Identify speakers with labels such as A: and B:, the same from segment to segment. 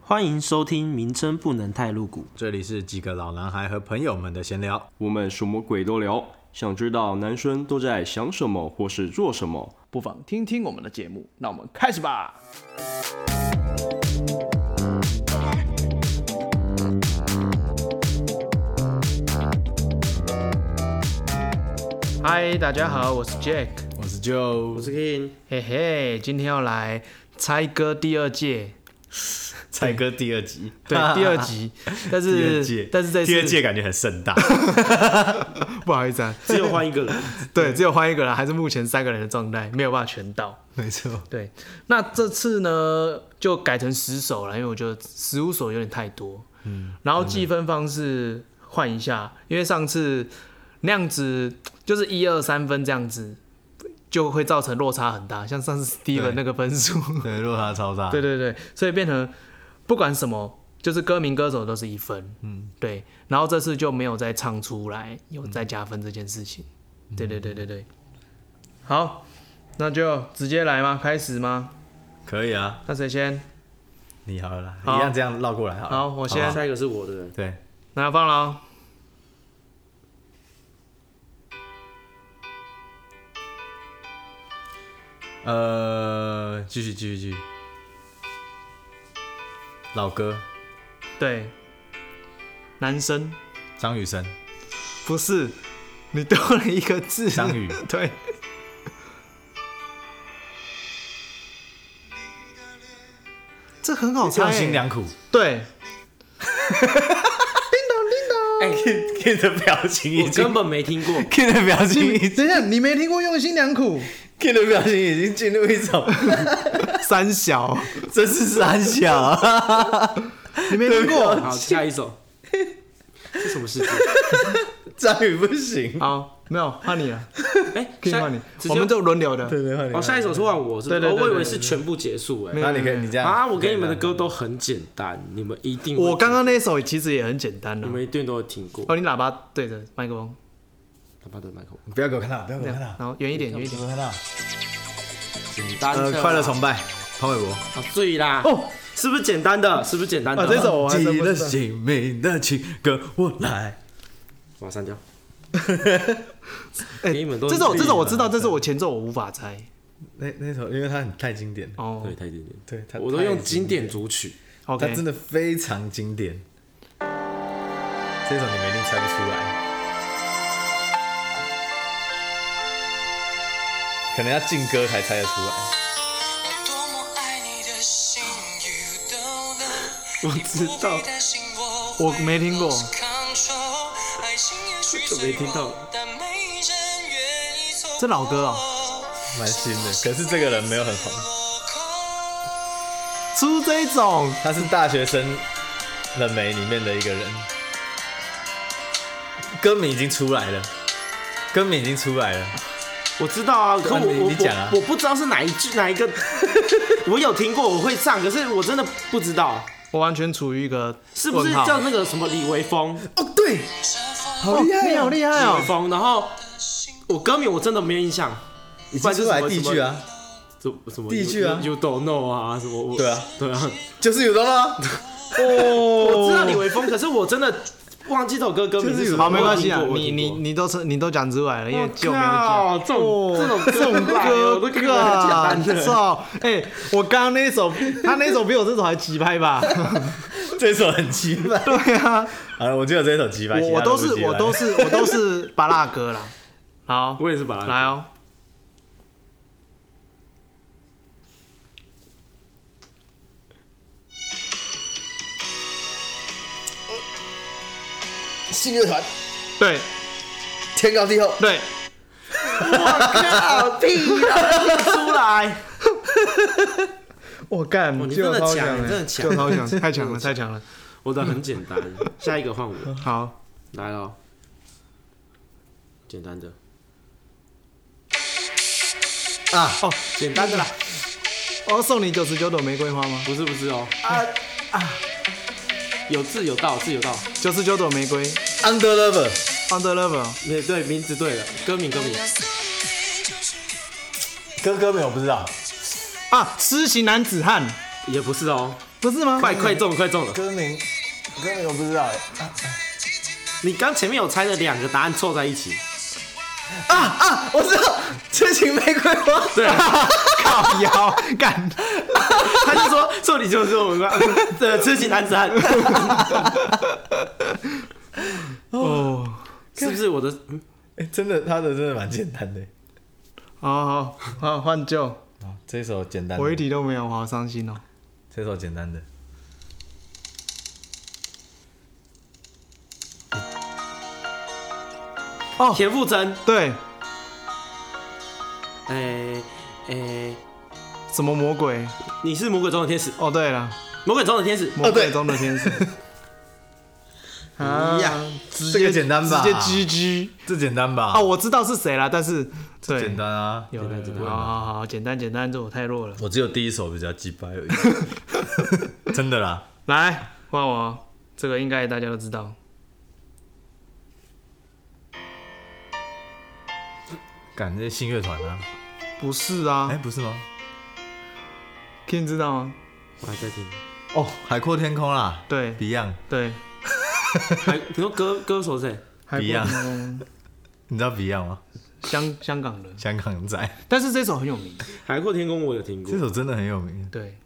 A: 欢迎收听，名称不能太露骨。
B: 这里是几个老男孩和朋友们的闲聊，
C: 我们什么鬼都聊，想知道男生都在想什么或是做什么。
D: 不妨听听我们的节目。那我们开始吧。嗨，大家好，我是 Jack，
B: 我是 Joe，
A: 我是 King，
D: 嘿嘿，今天要来猜歌第二届，
B: 蔡哥第二集，
D: 对，第二集，但
B: 第二
D: 是
B: 届，
D: 但是这
B: 第二
D: 次
B: 届感觉很盛 大，
D: 不好意 思啊，
A: 只有换一个人。
D: 对，只有换一个人，还是目前三个人的状态，没有办法全到。
B: 没错，
D: 对，那这次呢就改成十首了，因为我觉得十五首有点太多。嗯，然后计分方式换一下，因为上次那样子就是一二三分这样子，就会造成落差很大。像上次 Steven
B: 对
D: 那个分数，
B: 对，落差超大，
D: 对对对，所以变成不管什么，就是歌名歌手都是一分。嗯，对。然后这次就没有再唱出来有再加分这件事情。对对对对对，好，那就直接来吗？开始吗？
B: 可以啊，
D: 那谁先？
B: 你好了啦，
D: 好
B: 一样这样绕过来好了，
D: 好，啊我先。
A: 下一个是我的人，
B: 对，
D: 那要放了哦。
B: 呃，继续继续继续，老哥
D: 对，男生
B: 张雨 生，
D: 不是，你多了一个字。
B: 张宇
D: 对，这很好猜
B: 唱
D: 欸。
B: 心良苦，
D: 对，
B: 哎，K 的表情已
A: 我
B: 经
A: 根本没听过。
B: ，K 的表情 已
D: 等一下，你没听过“用心良苦
B: ，K 的表情已经进入一种，”
D: 三小，
B: 这是三小，啊
D: 你没听过？
A: 好，下一首。是什么事情？
B: 张宇不行，
D: 好，没有换你了，
A: 哎，
D: 可以
A: 下
D: 换你，
A: 直接
D: 我们就轮流的。
B: 对换你
A: 哦，下一首是换我，是不是？
D: 对对
A: 哦
D: 对对
A: 我以为
D: 对对
A: 是全部结束哎。
B: 那你可以，你这样
A: 啊，我给你们的歌都很简单，你们一定会
D: 我刚刚那首其实也很简单
A: 你
D: 了。
A: 们一定都有听过。
D: 哦，你喇叭对着麦克风，
A: 他爸的麦克风，
B: 不要给我看到，不要给我看到
D: 然。后远一点，远一
B: 有
D: 点。
B: 没有看到？
A: 简单
B: 呃，
A: 的
B: 快乐
A: 啦
B: 崇拜，潘玮柏。
A: 啊，对啦，
D: 哦，
A: 是不是简单的？是不是简单的？
D: 啊，这首我还真
B: 记
D: 不知
B: 得
D: 道。
B: 姓名的请跟我来。
A: 我要删掉。
D: 哎
A: 给你们都
D: 这首这首我知道，
A: 这
D: 这首我前奏我无法猜。
B: 那那首，因为它很太经典了，
D: 哦
A: 对，太经典，
B: 对，它
A: 我都用经典，组曲。
B: 它
D: ，OK，
B: 真的非常经典。这首你们一定猜不出来，可能要进歌才猜得出来。
E: 多么爱你的心，You don't know，
A: 我知道
E: 你不必担心我
D: 我没听过
E: 会 lose control，爱情也许
A: 这没听到
E: 脆弱但没人愿意错过
D: 这老歌啊
B: 蛮新的，可是这个人没有很红，
E: 落空
D: 出这种
B: 他是大学生冷媒里面的一个人，歌名已经出来了，歌名已经出来了。
A: 我知道啊，可我
B: 你
A: 我
B: 你讲啊
A: 我我不知道是哪一句哪一个， 我有听过，我会唱，可是我真的不知道，
D: 我完全处于一个
A: 是不是
D: 问号
A: 叫那个什么李维峰？
B: 哦，对，好厉害、
D: 你好厉害
A: 李
D: 哦
A: 维！峰，然后我歌名我真的没有印象，
B: 已经出来第一句啊，
A: 什什么
B: 第一句啊
A: you,，You don't know 啊，什么我
B: 对啊
A: 对啊，
B: 就是有的啦，
D: 哦
A: 我知道李维峰，可是我真的忘记这首歌歌名是什么，
D: 好，没关系啊
A: 我，有
D: 你
A: 听过
D: 你。你都是你都讲出来了，因
A: 我
D: 为
A: 有
D: 就
A: 听过
D: 没有讲。
A: 靠这种这种
D: 这种
A: 歌，我
D: 歌
A: 都跟你们讲
D: 啊
A: 的。
D: 操！哎，我刚刚那一首，他那一首比我这首还急拍吧？
B: 这首很鸡掰。
D: 对啊，
B: 好了，我就有这首鸡掰，
D: 我
B: 其
D: 我
B: 他
D: 都
B: 不
D: 是
B: 鸡掰
D: 我都是我都是巴拉歌啦。好，
A: 我也是把它
D: 来哦，
B: 信乐团
D: 对
B: 天高地厚，
D: 对，
A: 靠屁啦，听不出来。 哦
D: 我干，
A: 你真的
D: 就超
A: 强
D: 强
A: 你真的
D: 了，
A: 强
D: 就超 强，太强了，太强了。
A: 我的很简单，下一个换我
D: 好，
A: 来喽，简单的，
D: 哦，
A: 简单的啦，
D: 我要哦送你九十九朵玫瑰花吗？
A: 不是不是哦，啊啊，有字有道，字有道，
D: 九十九朵玫瑰
B: Under Lover，
D: ，Under Lover，
A: 对对，名字对了，歌名歌名，
B: 哥哥没有不知道，
D: 啊，痴情男子汉，
A: 也不是哦，
B: 不是吗？
A: 快快中了，快中了！
B: 歌名，歌名我不知道哎。
A: 你刚前面有猜的两个答案凑在一起，
B: 啊啊！我知道，痴情玫瑰花。
A: 对，
D: 靠腰干，
A: 他就说 说你就是我们的痴情男子 汉，
D: 哦，
A: 是不是我的？嗯
B: 哎真的，他的真的蛮简单的。
D: 好好好换旧，
B: 啊，这首简单的。
D: 我一题都没有，我好伤心哦。
B: 这首简单的。
D: 哦，
A: 田馥甄，
D: 对，
A: 哎哎，
D: 什么魔鬼？
A: 你是魔鬼中的天使，
D: 哦，对了，
A: 魔鬼中的天使，
D: 魔
B: 哦对
D: 鬼中的天使。啊
A: 一样，
D: 直
B: 这
D: 接
B: 个简单吧
D: 直接 GG
B: 这简单吧？
D: 啊！，我知道是谁了，但是对，
B: 简单啊。
D: 有
B: 简
D: 有
B: 单
D: 有，好好好，简单简单，这我太弱了。
B: 我只有第一首比较鸡掰而 已。真的啦，
D: 来换我，这个应该大家都知道。
B: 感这些新乐团啊。
D: 不是
B: 哎，
D: 啊
B: 不是吗？
D: ，King 知道吗？
A: 我还在听。
B: 哦，海阔天空啦。
D: 对
B: ，Beyond，
D: 对，
A: 还你说歌歌手谁？
D: 海阔
B: Beyond
D: 天空
B: 你知道 Beyond 吗？
D: 香香港人，
B: 香 港仔，
D: 但是这首很有名。
A: 海阔天空我有听过
B: 这，首真的很有名。
D: 对，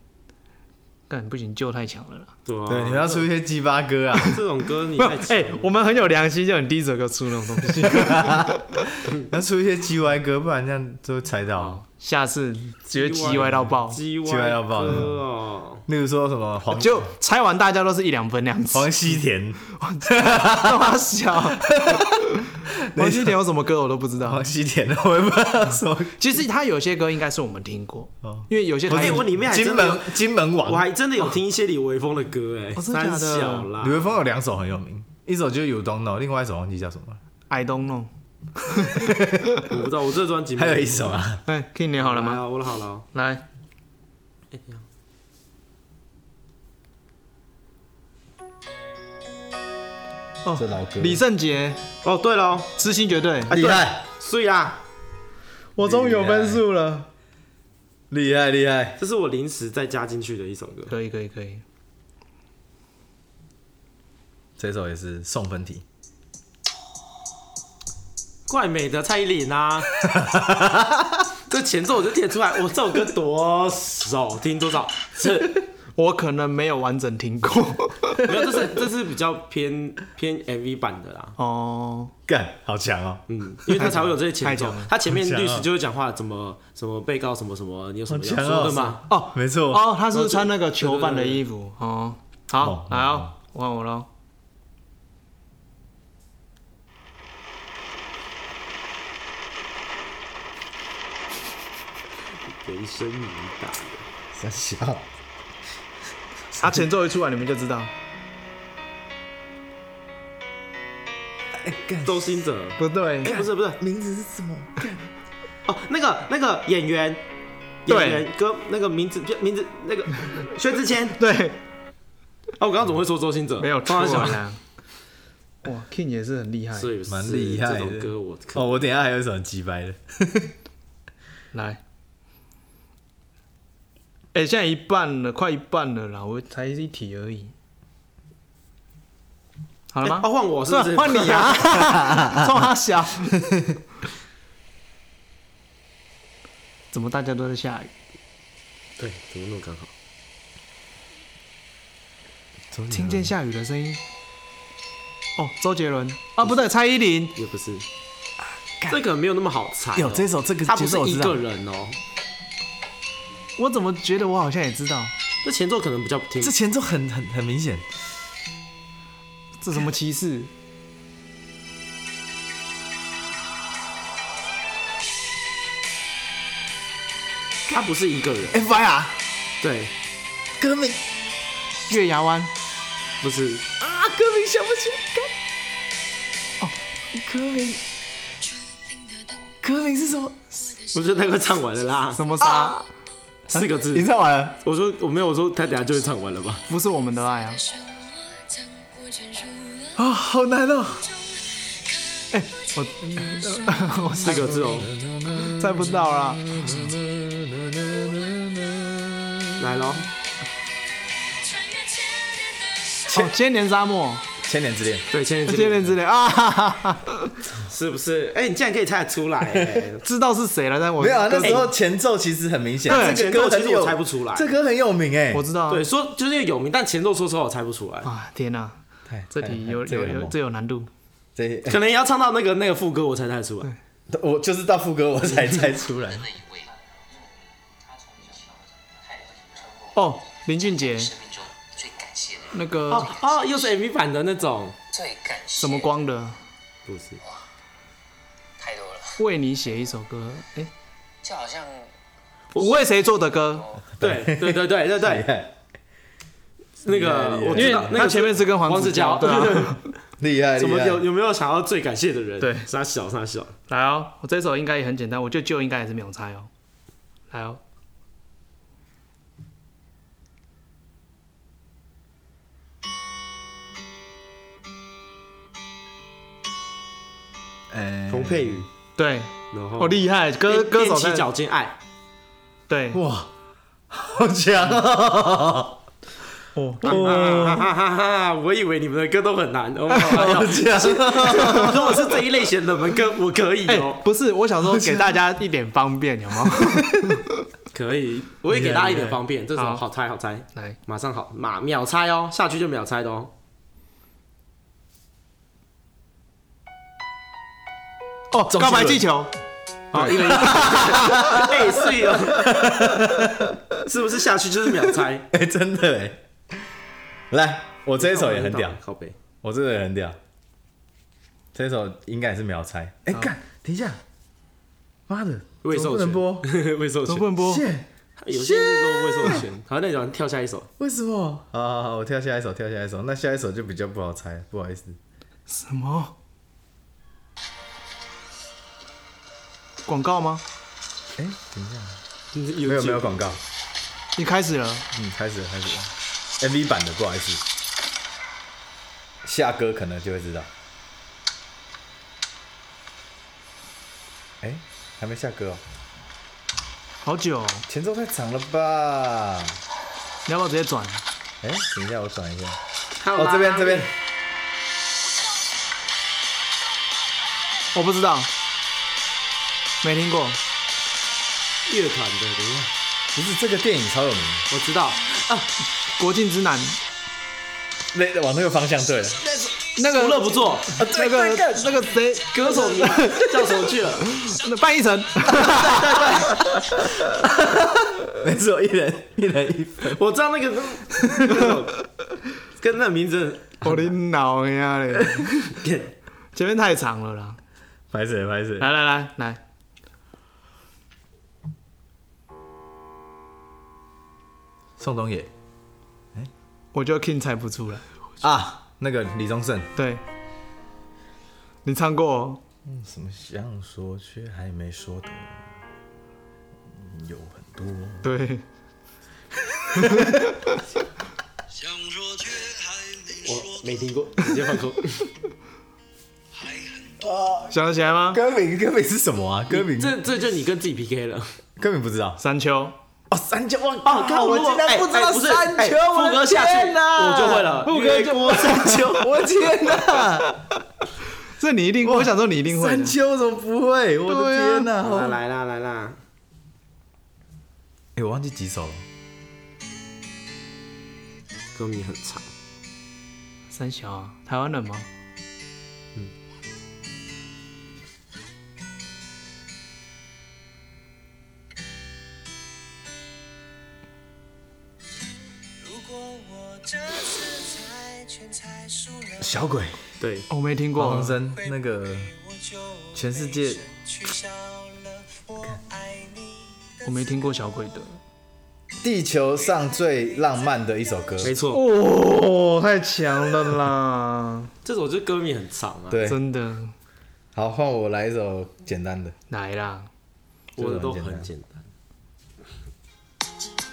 D: 干不行，旧太强了啦。
A: 对啊，
B: 对，你们要出一些鸡巴歌 啊。
A: 这种歌你
D: 不，
A: 太
D: 哎、
A: 强了
D: 我们很有良心，就很第一首歌出那种东 西。
B: 要出一些 G Y 歌，不然这样都会猜
A: 哦
B: 到。
D: 下次直接 G 歪到爆，
A: 鸡
B: 鸡歪
A: 歪
B: 到爆
A: 歌哦，
B: 例如说什么黄
D: 就猜完大家都是一两分那样子。
B: 黄西田，
D: 干嘛笑？王心田有什么歌我都不知道
B: 黄。西田，我也不知道什么。
D: 其实他有些歌应该是我们听过
B: 哦，
D: 因为有些台
A: 哎、我
D: 湾
A: 里面还
B: 金
A: 真的有，
B: 门金门
A: 我
B: 王，
A: 还真的有听一些李维峰的歌、哎、
D: 哦真的
A: 三
D: 假的
A: 小啦
B: 李，维峰有两首很有名，一首就是《You Don't Know》，另外一首忘记叫什么了，
A: 嗯
D: I don't know。
A: 我不知道，我这专辑
B: 还有一首啊，
D: 哎，King 你好
A: 好
D: 了吗？
A: 啊，我好了哦，
D: 来，
A: 哎、等一下
D: 哦，
B: 这老歌
D: 李圣杰，
A: 哦，对了哦，
D: 痴心绝对，
B: 厉害
A: 所以啊，
D: 哎我终于有分数了。
B: 厉害厉害，
A: 这是我临时再加进去的一首歌，
D: 可以可以可以，
B: 这首也是送分题，
A: 怪美的蔡依林啊， 这前奏我就点出来，我这首歌多少听多少次，
D: 我可能没有完整听过。
A: 没有，这是这是比较偏偏 MV 版的啦。
D: 哦，
B: 干好强哦，
A: 嗯，因为他才会有这些前
D: 太
A: 奏
D: 强了，
A: 他前面
B: 好强
A: 律
B: 啊
A: 师就会讲话，怎么什么被告什么什么，你有什么要
B: 好强
A: 说
B: 哦
A: 的吗？
D: 哦
B: 没错，
D: 哦，他是穿那个囚犯的衣服。哦，好
B: 哦，
D: 来哦
B: 哦，
D: 换我喽。
A: 人生已大，
B: 三小，
D: 他啊前奏一出来，你们就知道，哦
A: 周兴哲，
D: 不对
A: 哎、，不是不是
B: 名字是什么？
A: 哦，那个那个演员，
D: 对
A: 演员哥那个名字就名字那个薛之谦
D: 对，
A: 哦，我刚刚怎么会说周兴哲？
D: 没有
A: 突
D: 错啊
A: 然想到，
D: 啦。哇，King 也是很厉害。
A: 所以是
B: 蛮厉害
A: 这
B: 的
A: 种歌我可
B: 哦，我等一下还有一首很鸡掰的，
D: 来，哎、现在一半了，快一半了啦，我才一题而已。好了
A: 哎
D: 吗？
A: 哦，换我是不 是？
D: 换你！啊！ 冲他笑。怎么大家都在下雨？
A: 对，怎么那么刚好？
D: 听见下雨的声音。哦，周杰伦啊，不对，蔡依林。
A: 也不是，这个没有那么好猜、哦。
B: 有这首这个
A: 他不
B: 节
A: 是
B: 奏我
A: 一
B: 知道
A: 个人哦，
D: 我怎么觉得我好像也知道
A: 这前奏可能比较听
B: 这前奏很很很明显，
D: 这什么歧视？
A: 他不是一个人，
B: F I R
A: 对，
B: 歌名
D: 月牙湾。
A: 不是。
B: 啊，歌名想不起哦来。
D: 歌名，歌名是什么？
A: 我觉得他快唱完了 啦，
D: 什么啥？
B: 啊
A: 四个字
B: 你。唱完了？
A: 我说我没有，我说他等下就会唱完了吧？
D: 不是我们的爱啊！
B: 啊，好难哦。
D: 我
A: 四个字哦，
D: 猜不到啦。
A: 来咯。
D: 哦，千年 沙漠，
B: 千年之恋，
A: 对，千年之
D: 千
A: 恋
D: 年之恋啊 哈哈哈，
A: 是不是？哎、你竟然可以猜得出来、哎
D: 知道是谁了，但我
B: 没有啊，那时候
D: 哎
B: 前奏其实很明显，
D: 对
B: 这个歌
A: 前奏其实
B: 很
A: 我
B: 有，
A: 猜不出来
B: 这歌很有名哎，
D: 我知道啊，
A: 对，说就是因为有名，但前奏说出来我猜不出来，
D: 啊，天哪，
B: 太
D: 这题有有有这有难度，
B: 这
A: 可能也要唱到那个那个副歌我才猜得出来。
B: 我就是到副歌我 才猜出来，
D: 哦，林俊杰
E: 生命中最感谢的人，
D: 那个
A: 哦哦，又是 MV 版的那种，
E: 最感谢
D: 什么光的，
A: 不是？
E: 太多了，
D: 为你写一首歌，哎，
E: 就好像哦
D: 我为谁做的歌？
A: 对对对对对 对，那
B: 厉害
A: 个我
D: 因
A: 知
D: 为
A: 道，那
D: 他
A: 个
D: 前面是跟黄
A: 黄
D: 子
A: 子
D: 佼
A: 佼，
D: 对啊
A: 对对对，
B: 厉害，
A: 怎么
B: 厉害
A: 有有没有想要最感谢的人？
D: 对
A: 傻小傻小，
D: 来哦，我这首应该也很简单，我觉得就应该也是没有猜哦。来哦，
B: 哎
A: 洪佩瑜，
D: 对，
A: 然后
D: 哦厉害，歌
A: 练
D: 歌手
A: 练起
D: 在
A: 脚尖爱，
D: 对，
B: 哇，好强 哦，
D: 哦，
A: 哈哈哈哈！我以为你们的歌都很难，哦，
B: 好强，
A: 如果是这一类型的冷门歌，我可以
D: 哎
A: 哦，，
D: 不是，我想说给大家一点方便，有吗？
A: 可以，我也给大家一点方便，这种
D: 好
A: 好猜好猜，
D: 来，
A: 马上好马秒猜哦，下去就秒猜的哦。
D: 哦，
B: 周杰伦
D: 告白气球，
A: 好，一人一个，哎，是哦，是不是下去就是秒猜？
B: 哎， 真的哎，来，我这一首也很屌，
A: 靠背。
B: 我这首也很屌，这一首应该也是秒猜，哎，干，等一下，妈的，
A: 未
B: 怎
A: 授
B: 么
A: 权
B: 不能播，
A: 未授权
D: 怎么不，能播？
B: 谢。
A: 有些人都未授权。好，那你们跳下一首，
B: 为什么？好好好，我跳下一首，跳下一首。那下一首就比较不好猜，不好意思。
D: 什么？广告吗？
B: 哎、等一下，
A: 有
B: 没有没有广告，
D: 你开始了，
B: 嗯，开始了开始了，MV 版的，不好意思。下歌可能就会知道。哎、还没下歌哦，
D: 好久哦，
B: 前奏太长了吧？
D: 你要不要直接转？
B: 哎、等一下，我转一下。
A: 有
B: 哦，这边这边，
D: 我不知道，没听过。
A: 乐团的，等一下，
B: 不是这个电影超有名，
A: 我知道，
D: 国境之南，
B: 那往那个方向对了。
D: 那个
A: 无乐不作，
D: 那个那个谁，
A: 歌手名叫什么去了？
D: 那范逸臣，
B: 没错，一人 一人一分。
A: 我知道那个，那种跟那名字
D: 我的脑呀嘞！
A: 很
D: 前面太长了啦，
B: 拍谁拍谁？
D: 来来来来，
B: 宋冬野
D: 我觉得 King 猜不出来。
B: 啊，那个李宗盛。
D: 对，你唱过哦、
B: 什么想说却还没说的，嗯有很多。
D: 对，
E: 想说却还没
A: 我没听过，直接放空。
D: 想得起来吗？
B: 歌名歌名是什么啊？歌名
A: 这这就你跟自己 PK 了。
B: 歌名不知道
D: 山丘，
B: 哦。三秋哇
A: 哦
B: 靠！我竟然不知哎道三秋，我
A: 副歌
B: 的
A: 下去
B: 天哪！
A: 我就会了，
B: 副歌
A: 越
B: 就
A: 过山丘。
B: 我天哪！
D: 这你一定，我想说你一定会
B: 三
D: 的。
B: 秋怎么不会？我的
D: 对啊
B: 天哪！
A: 好啦
B: 好
A: 来啦来啦，
B: 哎，我忘记几首了。
A: 歌名很长，
D: 三小、啊，台湾人吗？
E: 如果我这次猜全猜输了，
B: 小鬼，
A: 对，
D: 我、没听
B: 黄
D: 过啊
B: 鸿。升那个
E: 我就
B: 全世界
E: 取消了我爱你的
D: 我没听过小鬼 的。
B: 地球上最浪漫的一首歌，
A: 没错，
D: 哦，太强了啦！
A: 这首就歌名很长啊。
B: 对，
D: 真的，
B: 好，换我来一首简单的。
D: 来啦！
A: 我的都
B: 这个
A: 很
B: 很简
A: 简单。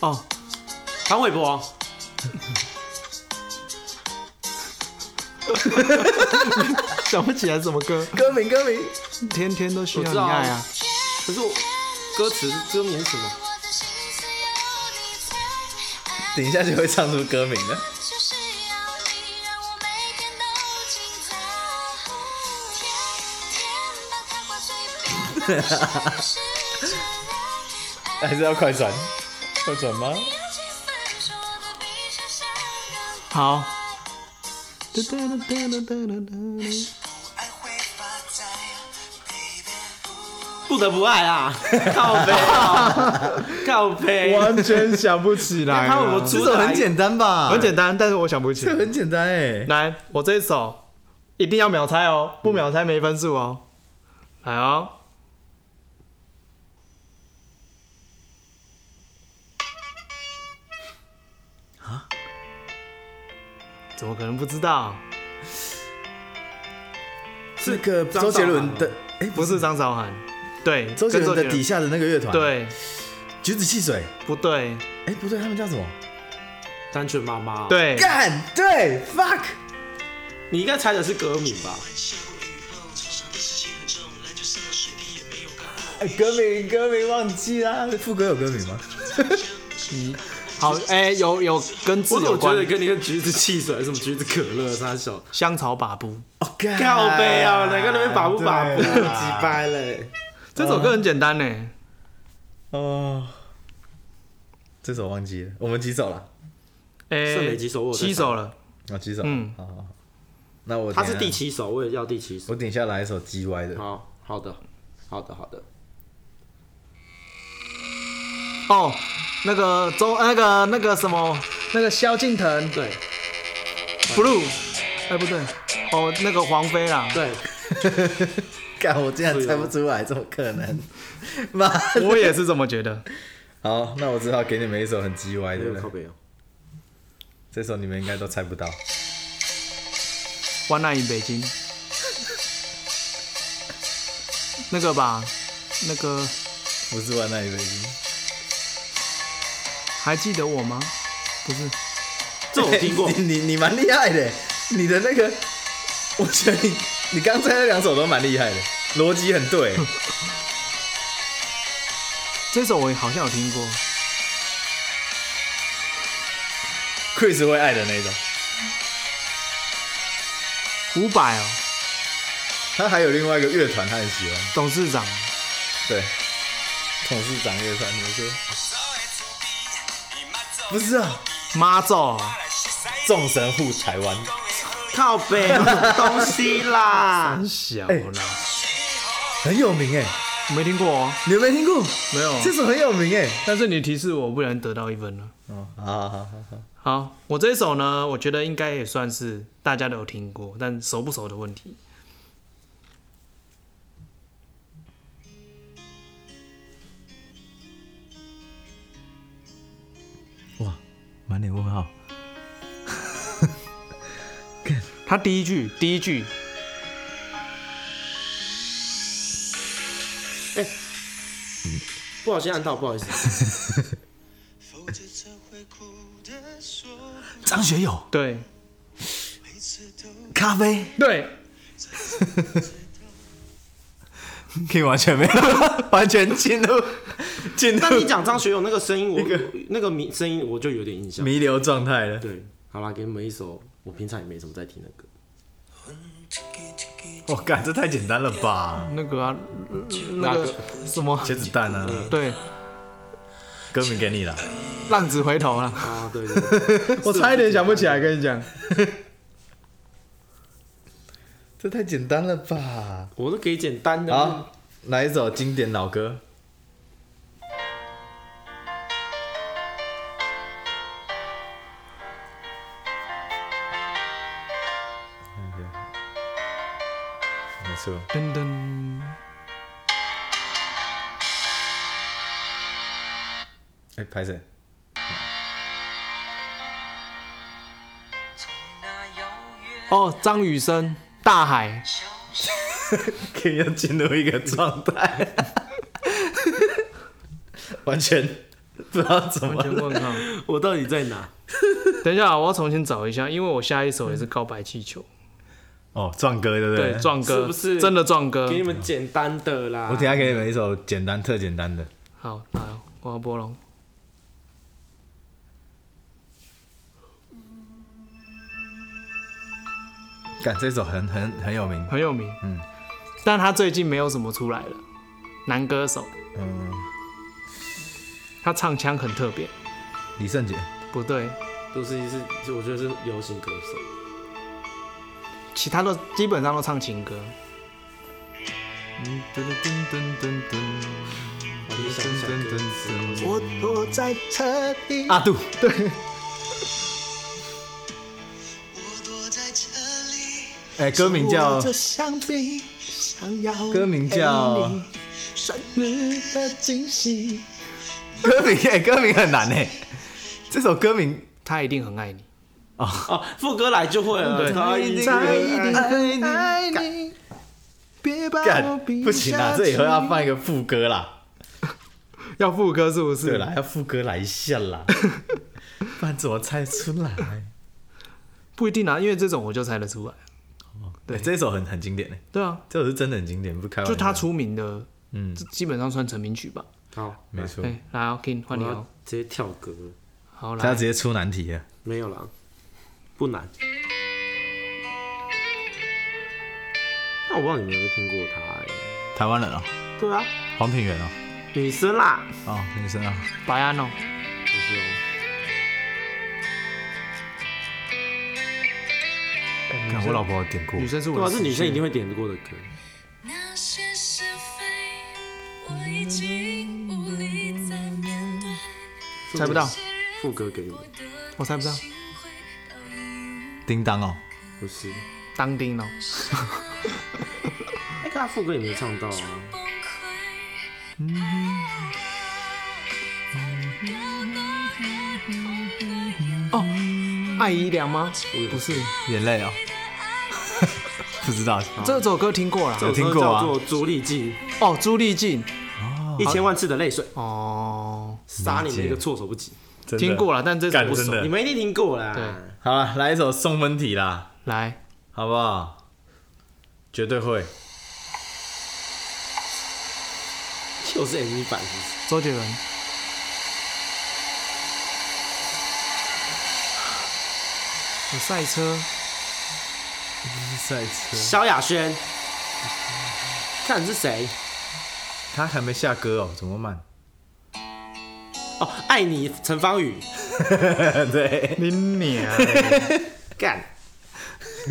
D: 哦，
A: 潘玮柏，
D: 想不起来什么歌，
B: 歌名歌名，
D: 天天都需
A: 我
D: 要你
A: 知道
D: 爱啊！
A: 可是我歌词歌名是什么？
B: 等一下就会唱出歌名了。
F: 就是要
B: 还是要快转，快转吗？
D: 好，
E: 爱会发呆，baby。
A: 不得不爱啊， 靠背啊， 靠背。
D: 完全想不起 来
A: 他
D: 了。
A: 我
B: 这
A: 出
B: 首很简单吧？
D: 很简单，但是我想不起
B: 这
D: 来。
B: 很简单哎。
D: 来，我这一首一定要秒猜哦，不秒猜没分数哦。来哦，啊？怎么可能不知道？
B: 这个周杰伦的，哎，
D: 不是张韶涵，对，
B: 周杰
D: 跟
B: 伦的底下的那个乐团，，
D: 对，
B: 橘子汽水，
D: 不对？
B: 哎，不对，他们叫什么？
A: 单纯妈妈，，
D: 对，
B: 干，对，fuck，
A: 你应该猜的是歌名吧？
B: 哎歌名歌名忘记啦，副歌有歌名吗？
D: 好，哎、有有跟字
A: 我
D: 有
A: 总觉
D: 关
A: 得，跟你的橘子汽水、什么橘子可乐、三 小
D: 香草把布。
B: 哦，干
A: 靠背啊，哪个那边把不把不，
B: 对啊
A: 几掰嘞？
D: 这首歌很简单呢、
B: 哦，这首忘记了，我们几首了？
D: 哎、
A: 剩没几首我有在
D: 七首了。
B: 啊，几首？
D: 嗯
B: 好好好，那我
A: 他是
B: 等一
A: 第
B: 下，
A: 七首，我也要第七首。
B: 我点一下来一首 G Y 的，
A: 好好的，好的，好的。
D: 哦，那个周，呃那个那个什么，那个萧敬腾
A: 对
D: Blue，哎、不对，哦那个黄飞啦，
A: 对，
B: 干，我竟然
A: 哦
B: 猜不出来，怎么可能？妈的，
D: 我也是这么觉得。
B: 好，那我只好给你们一首很 G Y 的
A: 没有靠
B: 了，
A: 背哦。
B: 这首你们应该都猜不到。
D: One Night in 北京，那个吧，那个
B: 不是玩那一杯机，
D: 还记得我吗？不是，
A: 这我听过
B: 你，你你蛮厉害的，你的那个，我觉得你你刚才那两首都蛮厉害的，逻辑很对。
D: 这首我好像有听过。
B: Chris 会爱的那种。
D: 伍佰哦，
B: 他还有另外一个乐团，他很喜欢，
D: 董事长，
B: 对，董事长乐团，你说不是啊？
D: 妈祖，
B: 众神护台湾，
A: 靠背什么东西啦。
D: 很小啦，
B: 很有名哎，
D: 哎没听过哦，
B: 你有没有听过？
D: 没有。
B: 这首很有名哎。
D: 但是你提示我，不然得到一分了。
B: 哦，好好好好好，
D: 好，我这一首呢，我觉得应该也算是大家都有听过，但熟不熟的问题。
B: 哇，满脸问号。
D: 他第一句，第一句，
A: 不小心按到，不好意思。
E: 否则这会哭的说，
B: 张学友，
D: 对
E: 每次都
B: 咖啡，
D: 对，
B: 可以完全没有， 完全进入进
A: 但你
B: 入
A: 讲张学友那个声音，我那个迷声音我就有点印象。
B: 弥留状态了。
A: 对，好啦，给你们一首我平常也没什么在听的歌。
B: 我干，这太简单了吧？
D: 那个啊，那
A: 哪
D: 个
A: 个
D: 什么，
B: 茄子蛋啊，
D: 对，
B: 歌名给你了。
D: 浪子回头啦，
A: 啊，对对对，
D: 我差一点想不起来，跟你讲，
B: 这太简单了吧？
A: 我都给简单的。
B: 好，来一首经典老歌。没错，
D: 噔噔，
B: 哎、拍谁？
E: 从那遥远
D: 哦，张雨生，大海，
E: 消失。
B: 可以要进入一个状态， 完全不知道怎么
D: 完全
B: 了。
D: 问号。
A: 我到底在哪？
D: 等一下，我要重新找一下，因为我下一首也是告白气球，
B: 哦，壮哥对不
D: 对，壮哥，
A: 是不是
D: 真的壮哥
A: 给？你们简单的啦。
B: 我等一下给你们一首简单特简单的。
D: 好，来，我要播龙。
B: 干，这首很很很有名。
D: 很有名，
B: 嗯
D: 但他最近没有什么出来了，男歌手，
B: 嗯，
D: 他唱腔很特别，
B: 李圣杰，
D: 不对，
A: 都是一是，我觉得是流行歌手。
D: 其他都基本上都唱情歌。嗯噔噔噔噔噔
A: 我就想一下歌词，
D: 噔，我我在这里。阿杜，对，
E: 我躲在这里，
B: 哎，歌名
D: 哦
B: 叫
D: 香槟，想要
B: 歌名叫
D: 生日的惊喜。
B: 歌名，哎，歌名很难哎，这首歌名
D: 他一定很爱你，
A: 哦，副歌来就会了。
D: 对
A: 他一定
B: 爱你
D: 爱你，别把
B: 干不行
A: 啊
B: 啦，这以后要放一个副歌啦，
D: 要副歌是不是？
B: 对啦，要副歌来一下啦， 不然怎么猜出来？
D: 不一定啊，因为这种我就猜得出来。
B: 对，这首很很经典哎，
D: 对啊，
B: 这首是真的很经典，不开玩笑。
D: 就他出名的，
B: 嗯
D: 这基本上算成名曲吧。
A: 好，
B: 没错，
D: 对，来哦，King 换
A: 我
D: 你
A: 要
D: 哦，
A: 直接跳歌了，
D: 好
B: 他
D: 来
B: 直，接出难题啊！
A: 没有啦，不难。那我不知道你们有没有听过她哎、
B: 台湾人哦，
A: 对啊，
B: 黄品源哦，
A: 女生啦，
B: 哦，女生啊，
D: 白安哦，
A: 不是哦，
B: 看我老婆有点过
D: 女生是我
A: 对
D: 的
A: 啊，
D: 死
A: 是
D: 穴，
A: 女生一定会点过的歌。
E: 那些是非，我已经无力再面对。
D: 猜不到，
A: 副歌给你们，
D: 我猜不到，
B: 叮当哦，
A: 不是。
D: 当丁哦，
A: 哎、可他副歌也没唱到啊。
D: 爱姨娘吗？不是，
B: 眼泪哦， 不知道，
D: 这首歌听过啦。
B: 有听过啊
A: 叫做朱丽静，
D: 哦，朱丽静，
A: 一千万次的泪水，
D: 哦，
A: 杀你们一个措手不及。
B: 真的
D: 听过了，但这
B: 干
D: 首不熟
B: 真。的
A: 你们一定听过啦。
D: 对
B: 好了，来一首送分题啦，
D: 来，
B: 好不好？绝对会，
A: 就是 MV 版，是不是
D: 周杰 伦，有赛车，
B: 赛车，
A: 萧亚轩，看是谁
B: 他还没下歌哦，怎么慢？
A: 哦，爱你陈芳宇，
B: 对，
D: 你娘！
A: 干，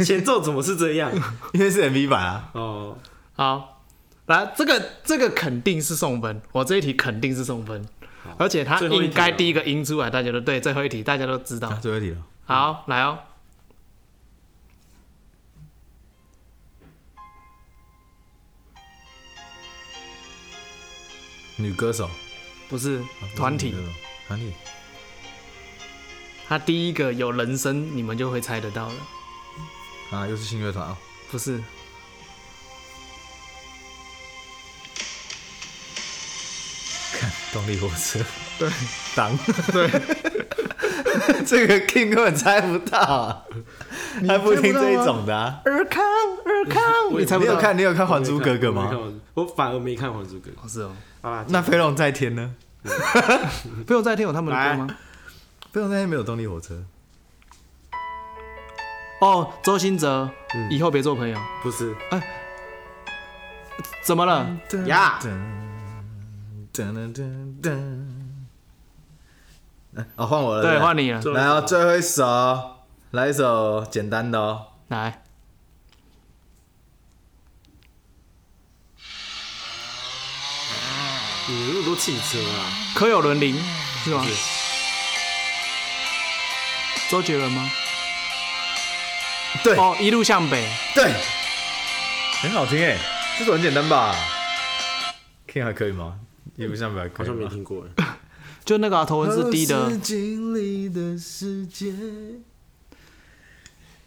A: 前奏怎么是这样？
B: 因为是 MV 版啊，
A: 哦，
D: 好，来，这个这个肯定是送分，我这一题肯定是送分，而且他
A: 最后一题啊
D: 应该
A: 了
D: 第一个音出来，大家都对，最后一题大家都知道
B: 啊，。最后一题了，
D: 好，来哦，
B: 女歌手，
D: 不是团体
B: 女，歌手，团体，
D: 他第一个有人声，你们就会猜得到了，
B: 啊，又是新乐团哦，
D: 不是
B: 动力火车，对，当，对， 这个 King 根本猜不到啊，还不听这一种的啊。
D: 尔康，尔康， 你猜不
B: 你有
D: 到，
B: 看你有看《还
A: 我没
B: 珠
A: 看
B: 格格》？
A: 我没看
B: 吗？
A: 还珠我反而没看《还珠格格
D: 不是哦，》
A: 啊。
B: 那飞龙在天呢？
D: 不用再听有他们的歌吗？
B: 飞龙在天没有动力火车，
D: 哦，周兴哲，以后别做朋
A: 嗯
D: 友，哎
A: 不是嗯
D: 怎么了？
A: 呀
B: 噔噔噔噔。哎哦，换我了。
D: 对，
B: 不
D: 换你了，
A: 就
B: 来哦，最后一首，来一首简单的哦。
D: 来，
A: 你那么多汽车啊，
D: 柯有伦林是吗？周杰伦吗？
B: 对
D: 哦，一路向北，
B: 对，很好听哎，这首很简单吧？King 还可以吗？也不像白可
A: 好
B: 以
A: 像没
B: 吗？
A: 听过哎。
D: 就那个、啊、头文字 D 的
B: 都是。经历的世界。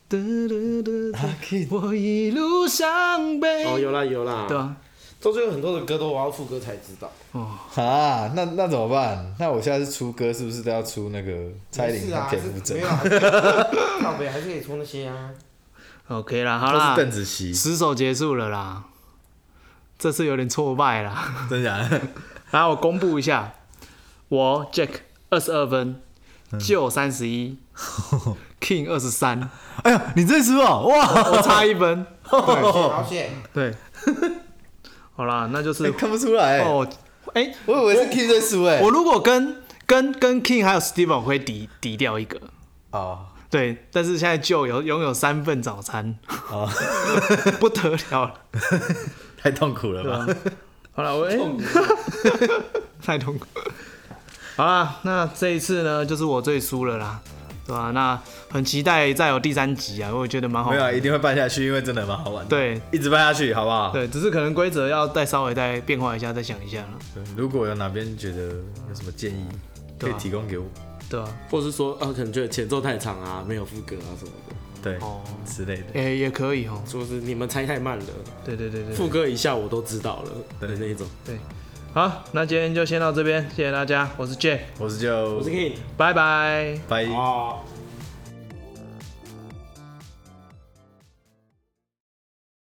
D: 嘟嘟嘟嘟我一路向北。
A: 哦，有啦有啦，
D: 对，啊，
A: 周杰伦很多的歌都我要副歌才知道。
B: 啊，那那怎么办？那我下次出歌是不是都要出那个蔡依
A: 是
B: 林
A: 啊，
B: 和田馥甄？
A: 没有啊，靠北还是可以冲那些啊。
D: OK 啦，好
B: 都是
D: 啦，
B: 邓紫棋，
D: 十首结束了啦，这次有点挫败啦。
A: 啊
B: 真假的？
D: 然后我公布一下，我 Jack 二十二分，
B: 嗯
D: 就三 十一，King 二十三，
B: 哎呀，你认识哦，哇！
D: 我差一分。
A: 好险，
D: 对，好啦，那就是、
B: 哎看不出来、
D: 哦，哎、
B: 我以为是 King 在输哎、
D: 我如果跟跟跟 King 还有 Steven 我会抵抵掉一个，
B: 哦
D: 对，但是现在就有拥有三份早餐，
B: 哦，
D: 不得了了。
B: 太痛苦了吧？
D: 啊好了，我、哎 太痛苦。好啦，那这一次呢，就是我最输了啦，对吧、那很期待再有第三集啊，我觉得蛮好
B: 没有、啊，
D: 玩。
B: 一定会办下去，因为真的蛮好玩的。，
D: 对
B: 一直办下去，好不好？
D: 对，只是可能规则要再稍微再变化一下，再想一下了，
B: 对，如果有哪边觉得有什么建议，可
D: 对
B: 以
D: 啊
B: 提供给我，
D: 对啊吧、
A: 或是说呃，可能觉得前奏太长啊，没有副歌啊什么的，
B: 对
D: 哦，
B: 之类的。
D: 也、也可以哦。
A: 说 是你们猜太慢了，
D: 对对对对
A: 副
D: 对。
A: 歌一下我都知道了的那一种。
D: 好，那今天就先到这边，谢谢大家，我是 Jack，
B: 我是就
A: 我是 King，
D: 拜拜。
B: 拜。
A: 哦。